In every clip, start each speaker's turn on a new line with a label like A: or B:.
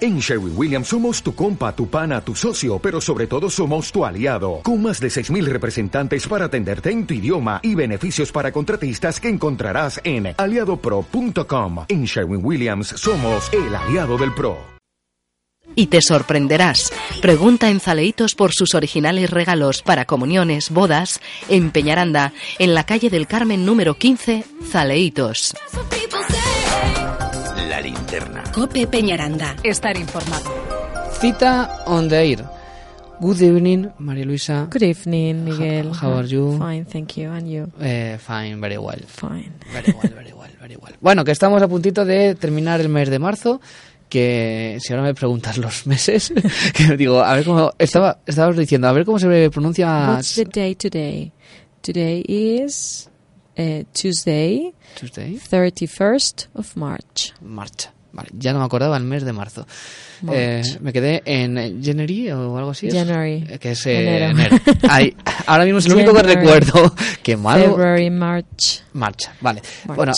A: En Sherwin Williams somos tu compa, tu pana, tu socio, pero sobre todo somos tu aliado, con más de 6.000 representantes para atenderte en tu idioma y beneficios para contratistas que encontrarás en aliadopro.com. En Sherwin Williams somos el aliado del PRO.
B: Y te sorprenderás. Pregunta en Zaleitos por sus originales regalos para comuniones, bodas, en Peñaranda, en la calle del Carmen número 15, Zaleitos.
C: La linterna.
D: Cope Peñaranda. Estar informado.
E: Cita on the air. Good evening, María Luisa.
F: Good evening, Miguel.
E: How are you?
F: Fine, thank you. And you?
E: Eh, fine, very well.
F: Fine.
E: Very well, very well, very well. Bueno, que estamos a puntito de terminar el mes de marzo. Que si ahora me preguntas los meses, que digo, a ver cómo. Estaba, estabas diciendo, a ver cómo se pronuncia.
F: What's the day today? Today is eh, Tuesday,
E: Tuesday.
F: 31st of March.
E: Marcha. Vale, ya no me acordaba el mes de marzo.
F: March.
E: Eh, me quedé en January o algo así. es?
F: January.
E: Eh, Que es eh,
F: Enero.
E: enero. Ahí, ahora mismo es lo único que
F: January.
E: recuerdo. Qué malo.
F: February, March.
E: Marcha, vale.
F: March.
E: Bueno,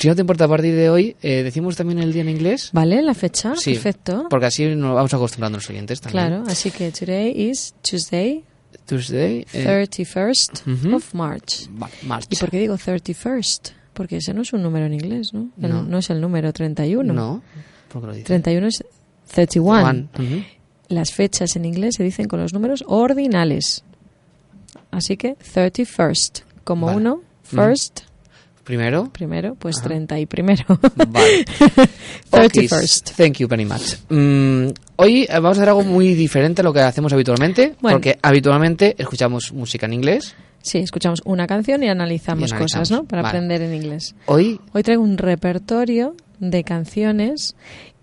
E: si no te importa, a partir de hoy eh, decimos también el día en inglés.
F: ¿Vale? ¿La fecha?
E: Sí,
F: Perfecto.
E: Porque así nos vamos acostumbrando a los oyentes también.
F: Claro, así que today is Tuesday,
E: Tuesday. eh,
F: 31st
E: ujú.
F: of March.
E: vale, marcha.
F: ¿Y por qué digo 31st? Porque ese no es un número en inglés, ¿no? El-
E: No.
F: no. es el número 31.
E: No, porque lo dice.
F: 31 es 31.
E: One. Ujú.
F: Las fechas en inglés se dicen con los números ordinales. Así que 31st, como
E: Vale.
F: uno, first,
E: Primero.
F: primero, pues
E: Ajá.
F: 30 y primero.
E: Vale.
F: 31st.
E: Ok, Thank you very much. Mm, hoy eh, vamos a hacer algo muy diferente a lo que hacemos habitualmente,
F: Bueno.
E: porque habitualmente escuchamos música en inglés.
F: Sí, escuchamos una canción y analizamos,
E: Y analizamos.
F: cosas, ¿no? Para
E: Vale.
F: aprender en inglés.
E: Hoy,
F: Hoy traigo un repertorio de canciones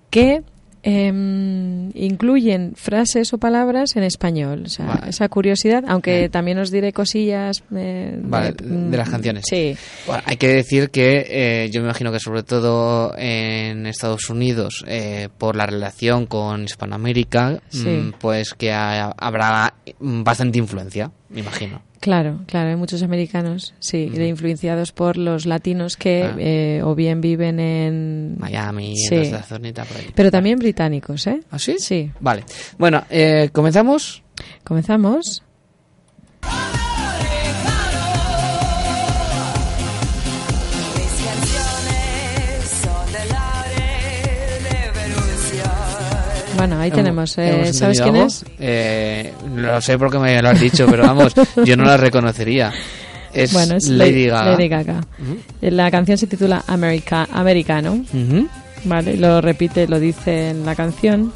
F: que em, incluyen frases o palabras en español. O sea,
E: Vale.
F: esa curiosidad, aunque también os diré cosillas eh,
E: Vale, de las canciones.
F: Sí.
E: bueno, hay que decir que eh, yo me imagino que sobre todo en Estados Unidos, eh, por la relación con Hispanoamérica,
F: Sí.
E: mm, pues que ha- habrá mm, bastante influencia, me imagino.
F: Claro, claro, hay muchos americanos, sí, de influenciados por los latinos que
E: Ah.
F: eh, o bien viven en...
E: Miami, en
F: Sí.
E: esa zonita por ahí.
F: Pero también británicos, ¿eh?
E: ¿Ah, sí?
F: Sí.
E: Vale. Bueno, eh, comenzamos.
F: Comenzamos.
G: Mis canciones son de Laure de Berlusconi.
F: Bueno, ahí tenemos. eh,
E: ¿Hemos
F: ¿Sabes
E: entendido
F: quién
E: algo?
F: es?
E: Eh, lo sé porque me lo has dicho, pero vamos, yo no la reconocería. Es,
F: bueno, es
E: Lady Gaga.
F: Lady Gaga. La canción se titula America, Americano,
E: Ujú.
F: ¿vale? Lo repite, lo dice en la canción.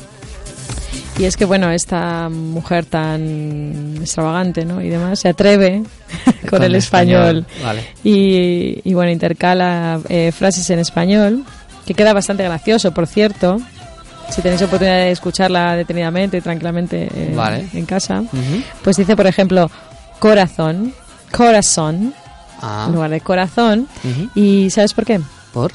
F: Y es que, bueno, esta mujer tan extravagante, ¿no? Y demás, se atreve con, el español.
E: Vale.
F: Y, y, bueno, intercala eh, frases en español, que queda bastante gracioso, por cierto. Si tenéis oportunidad de escucharla detenidamente y tranquilamente eh,
E: Vale.
F: en casa.
E: Ujú.
F: Pues dice, por ejemplo, corazón, corazón,
E: Ah,
F: en lugar de corazón.
E: ujú.
F: ¿Y sabes por qué?
E: ¿Por?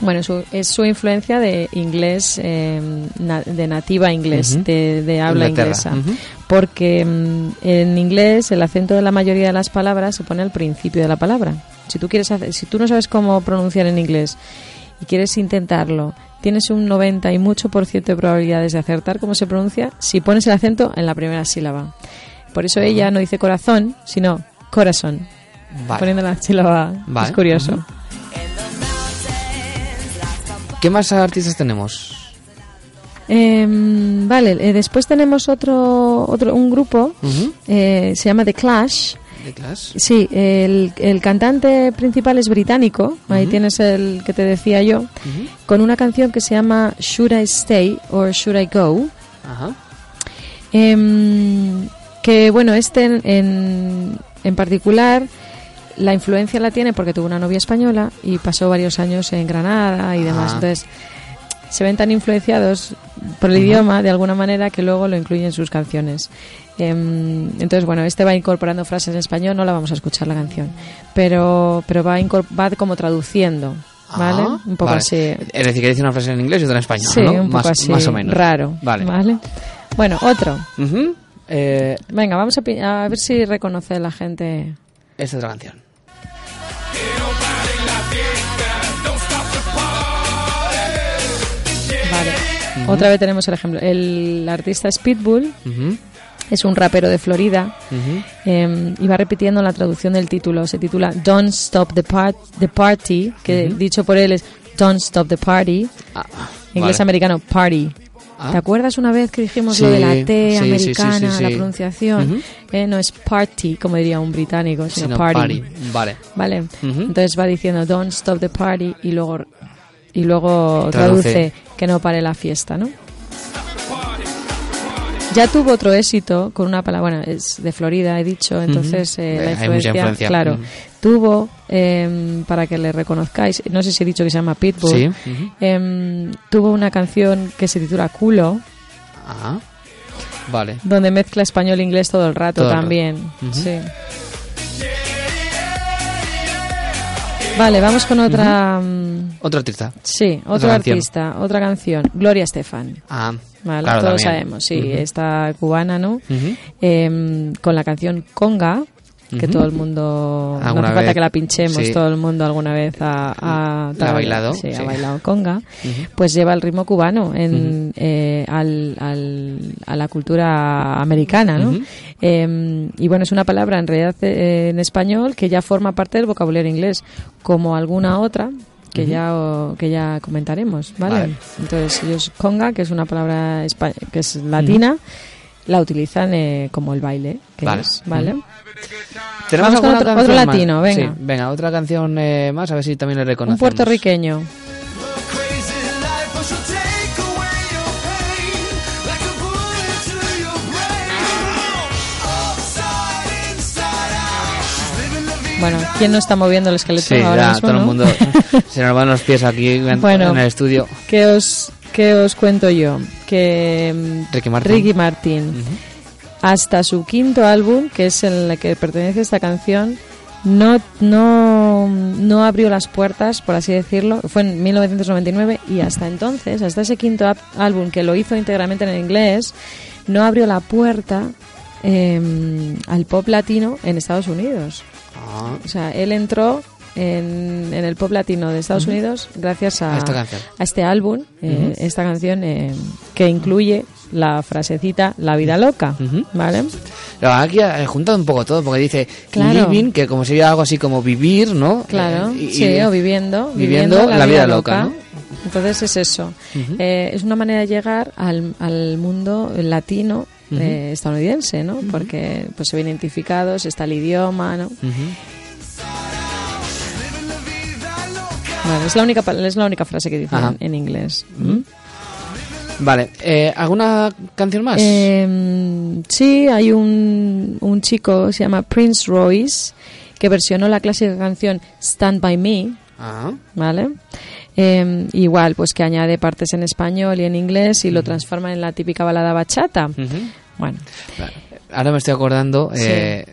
F: Bueno, su- es su influencia de inglés, eh, na- de nativa inglés,
E: Ujú.
F: de, de habla
E: Inglaterra,
F: inglesa.
E: ujú.
F: Porque mm, en inglés el acento de la mayoría de las palabras se pone al principio de la palabra. Si tú, quieres hacer- si tú no sabes cómo pronunciar en inglés y quieres intentarlo, tienes un 90 y mucho por ciento de probabilidades de acertar cómo se pronuncia si pones el acento en la primera sílaba. Por eso ella no dice corazón, sino corazón,
E: Vale.
F: poniendo la sílaba.
E: Vale.
F: Es curioso.
E: Ujú. ¿Qué más artistas tenemos?
F: Em, vale, eh, después tenemos otro, otro un grupo,
E: Ujú.
F: eh, se llama The Clash.
E: ¿De Clash?
F: Sí, el, el cantante principal es británico, ahí
E: Ujú.
F: tienes el que te decía yo,
E: Ujú.
F: con una canción que se llama Should I Stay or Should I Go.
E: Ajá.
F: Em, que bueno, este en, en- en particular la influencia la tiene porque tuvo una novia española y pasó varios años en Granada y demás.
E: Ah.
F: Entonces se ven tan influenciados por el
E: Ajá.
F: idioma de alguna manera que luego lo incluyen en sus canciones. Em, entonces, bueno, este va incorporando frases en español, no la vamos a escuchar la canción, pero, pero va, incor- va como traduciendo, ¿vale?
E: Ah,
F: Un poco
E: vale.
F: así.
E: Es decir, que dice una frase en inglés y otra en español,
F: Sí,
E: ¿no?
F: un poco
E: más,
F: así.
E: más o menos.
F: Raro.
E: Vale.
F: Bueno, otro.
E: Ujú. Eh,
F: Venga, vamos a, pi- a ver si reconoce la gente.
E: esta otra canción.
F: Vale. Otra vez tenemos el ejemplo. El artista es Pitbull,
E: Ujú,
F: es un rapero de Florida
E: ujú.
F: eh, y va repitiendo la traducción del título. Se titula Don't Stop the, Par- the Party, que dicho por él es Don't Stop the Party.
E: Ah,
F: Inglés
E: vale.
F: americano, party.
E: Ah.
F: ¿Te acuerdas una vez que dijimos lo de la
E: Sí,
F: T
E: sí, sí, sí,
F: americana,
E: sí, sí.
F: la pronunciación?
E: Ujú.
F: Eh, no es party, como diría un británico, sino,
E: Sino
F: party.
E: party. Vale.
F: ¿Vale?
E: Ujú.
F: Entonces va diciendo don't stop the party y luego, y luego
E: Traduce.
F: traduce. que no pare la fiesta, ¿no? Ya tuvo otro éxito con una palabra, bueno, es de Florida, he dicho, entonces eh, la
E: Hay mucha
F: influencia,
E: influencia.
F: claro,
E: Ujú.
F: tuvo, eh, para que le reconozcáis, no sé si he dicho que se llama Pitbull,
E: Sí. ujú.
F: em, tuvo una canción que se titula Culo,
E: Ah. Vale.
F: donde mezcla español e inglés todo el rato
E: Todo el rato.
F: también.
E: Ujú.
F: Sí. Vale, vamos con otra. mm,
E: Otro artista.
F: Sí, otro
E: Otra canción.
F: artista, otra canción. Gloria Estefan.
E: Ah.
F: Vale,
E: claro,
F: todos
E: también.
F: sabemos, sí,
E: Ujú.
F: esta cubana, ¿no?
E: Ujú.
F: Em, con la canción Conga, que
E: Ujú.
F: todo el mundo. no
E: Alguna
F: hace falta
E: vez,
F: que la pinchemos,
E: sí.
F: todo el mundo alguna vez ha, ha-
E: La ha bailado,
F: Sí,
E: sí.
F: ha bailado Conga. Pues lleva el ritmo cubano en, eh, al, al- a la cultura americana, ¿no?
E: Ujú.
F: Em, y bueno, es una palabra en realidad eh, en español que ya forma parte del vocabulario inglés, como alguna otra que ya o- que ya comentaremos, ¿vale?
E: Vale.
F: Entonces ellos conga, que es una palabra espa- que es latina, la utilizan eh, como el baile, que
E: Vale.
F: es, ¿vale?
E: ¿Tenemos
F: Vamos con
E: alguna
F: otro-
E: canción
F: otro
E: más?
F: latino, venga.
E: Sí, venga, otra canción eh, más, a ver si también le
F: Un
E: reconocemos.
F: puertorriqueño.
G: Crazy life, but you take away your pain like a bullet to your brain. Upside, inside out. She's living la vida.
F: Bueno, ¿quién no está moviendo el esqueleto
E: Sí,
F: ahora
E: ya,
F: mismo,
E: todo el
F: no?
E: mundo se nos van los pies aquí en,
F: Bueno.
E: en el estudio.
F: ¿Qué os, qué os cuento yo? Que mm,
E: Ricky Martin.
F: Ricky Martin, hasta su quinto álbum, que es en el que pertenece esta canción, no, no, no abrió las puertas, por así decirlo. Fue en 1999 y hasta entonces, hasta ese quinto ap- álbum que lo hizo íntegramente en inglés, no abrió la puerta em, al pop latino en Estados Unidos.
E: Ah,
F: O sea, él entró en, en el pop latino de Estados Unidos gracias a,
E: A esta canción.
F: a este álbum, eh, esta canción eh, que incluye la frasecita La vida loca,
E: Ujú.
F: ¿vale?
E: La verdad que ha juntado eh, un poco todo, porque dice
F: Claro.
E: living, que como sería algo así como vivir, ¿no?
F: Claro,
E: Eh, y-
F: sí,
E: y-
F: o viviendo,
E: viviendo la vida loca,
F: Entonces es eso. Eh, es una manera de llegar al, al mundo latino eh, estadounidense, ¿no? Porque pues se ven identificados, está el idioma, ¿no?
E: Ujú.
F: Bueno, es la única pa- es la única frase que dice
E: Ajá.
F: en, en inglés. ¿Mm?
E: Vale, eh, ¿alguna canción más?
F: Eh, sí, hay un, un chico, se llama Prince Royce, que versionó la clásica canción Stand By Me,
E: Ah,
F: ¿vale? Eh, igual, pues que añade partes en español y en inglés y lo transforma en la típica balada bachata.
E: ujú.
F: Bueno,
E: Vale. Ahora me estoy acordando
F: Sí.
E: eh,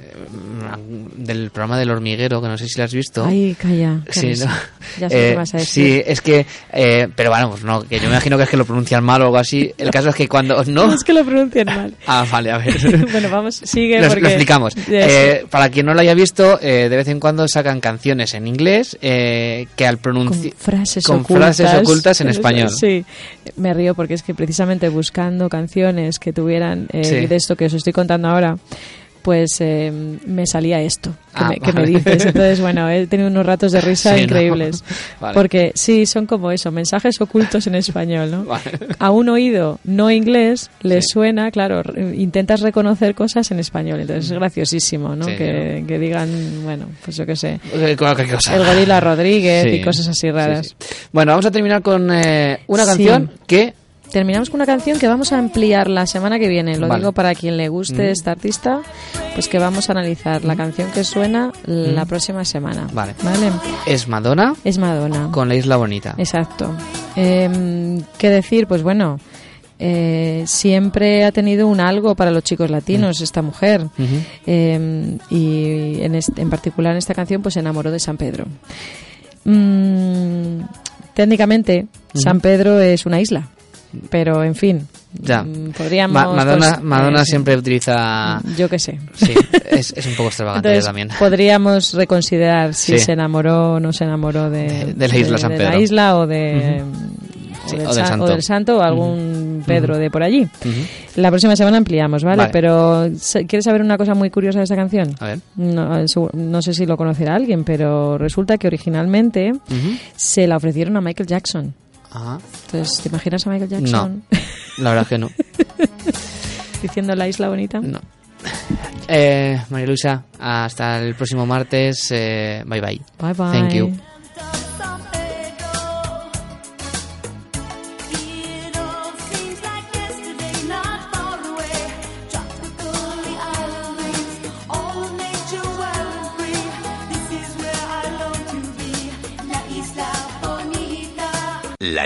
E: del programa del hormiguero, que no sé si lo has visto.
F: ahí calla.
E: Sí,
F: Carlos.
E: ¿no?
F: Ya sé
E: Eh,
F: qué vas a decir.
E: sí, es que, eh, pero vamos, no, que yo me imagino que es que lo pronuncian mal o algo así. El caso es que cuando no,
F: Es que lo pronuncian mal.
E: ah, vale, a ver.
F: bueno, vamos, sigue
E: Lo, lo
F: porque...
E: explicamos.
F: Ya sé.
E: Eh, para quien no lo haya visto, eh, de vez en cuando sacan canciones en inglés eh, que al pronunciar.
F: con frases
E: con
F: ocultas.
E: frases ocultas en español.
F: Sí, me río porque es que precisamente buscando canciones que tuvieran eh,
E: Sí.
F: de esto que os estoy contando ahora, pues eh, me salía esto que,
E: Ah,
F: me, que me
E: vale.
F: dices. Entonces, bueno, he tenido unos ratos de risa
E: Sí, ¿no?
F: increíbles.
E: Vale.
F: Porque sí, son como eso, mensajes ocultos en español, ¿no?
E: Vale.
F: A un oído no inglés le suena, claro, re- intentas reconocer cosas en español. Entonces es graciosísimo, ¿no?
E: Mm. Sí,
F: que, que digan, bueno, pues yo qué sé.
E: Eh, Cualquier cosa.
F: El gorila Rodríguez
E: Ah, Sí.
F: y cosas así raras.
E: Sí, sí. Bueno, vamos a terminar con eh, una
F: Sí.
E: canción que.
F: Terminamos con una canción que vamos a ampliar la semana que viene. Lo
E: Vale. Mm.
F: digo para quien le guste esta artista, pues que vamos a analizar la canción que suena la próxima semana.
E: Mm. Vale. Es Madonna
F: Es Madonna.
E: con La Isla Bonita.
F: Exacto. Eh, ¿Qué decir? Pues bueno, eh, siempre ha tenido un algo para los chicos latinos esta mujer.
E: Mm. Ujú.
F: Eh, y en, est- en particular en esta canción, pues se enamoró de San Pedro. Mm, técnicamente, San Pedro es una isla. Pero, en fin,
E: Ya.
F: mm, podríamos...
E: Ma- Madonna,
F: pues,
E: Madonna
F: eh,
E: siempre utiliza.
F: Yo qué sé.
E: Sí, es, es un poco extravagante
F: Entonces,
E: también.
F: podríamos reconsiderar si
E: Sí.
F: se enamoró o no se enamoró de,
E: De- de la isla San
F: de
E: Pedro.
F: la isla o de...
E: Sí,
F: o del
E: o del
F: san-
E: santo.
F: o del santo o algún Pedro de por allí. La próxima semana ampliamos, ¿vale?
E: Vale.
F: Pero sa- ¿quieres saber una cosa muy curiosa de esta canción?
E: A ver.
F: No, eh, segu- no sé si lo conocerá alguien, pero resulta que originalmente se la ofrecieron a Michael Jackson.
E: Ajá.
F: Entonces, ¿te imaginas a Michael Jackson
E: La verdad es que Ah, no.
F: diciendo la isla bonita?
E: No. Eh, María Luisa, hasta el próximo martes. eh, bye bye.
F: Bye bye.
E: Thank you.
C: It all seems like yesterday, not far away. Tropically island breeze, all of nature wild and free. This is where I long to be, La Isla Bonita.
H: La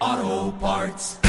G: Auto Parts.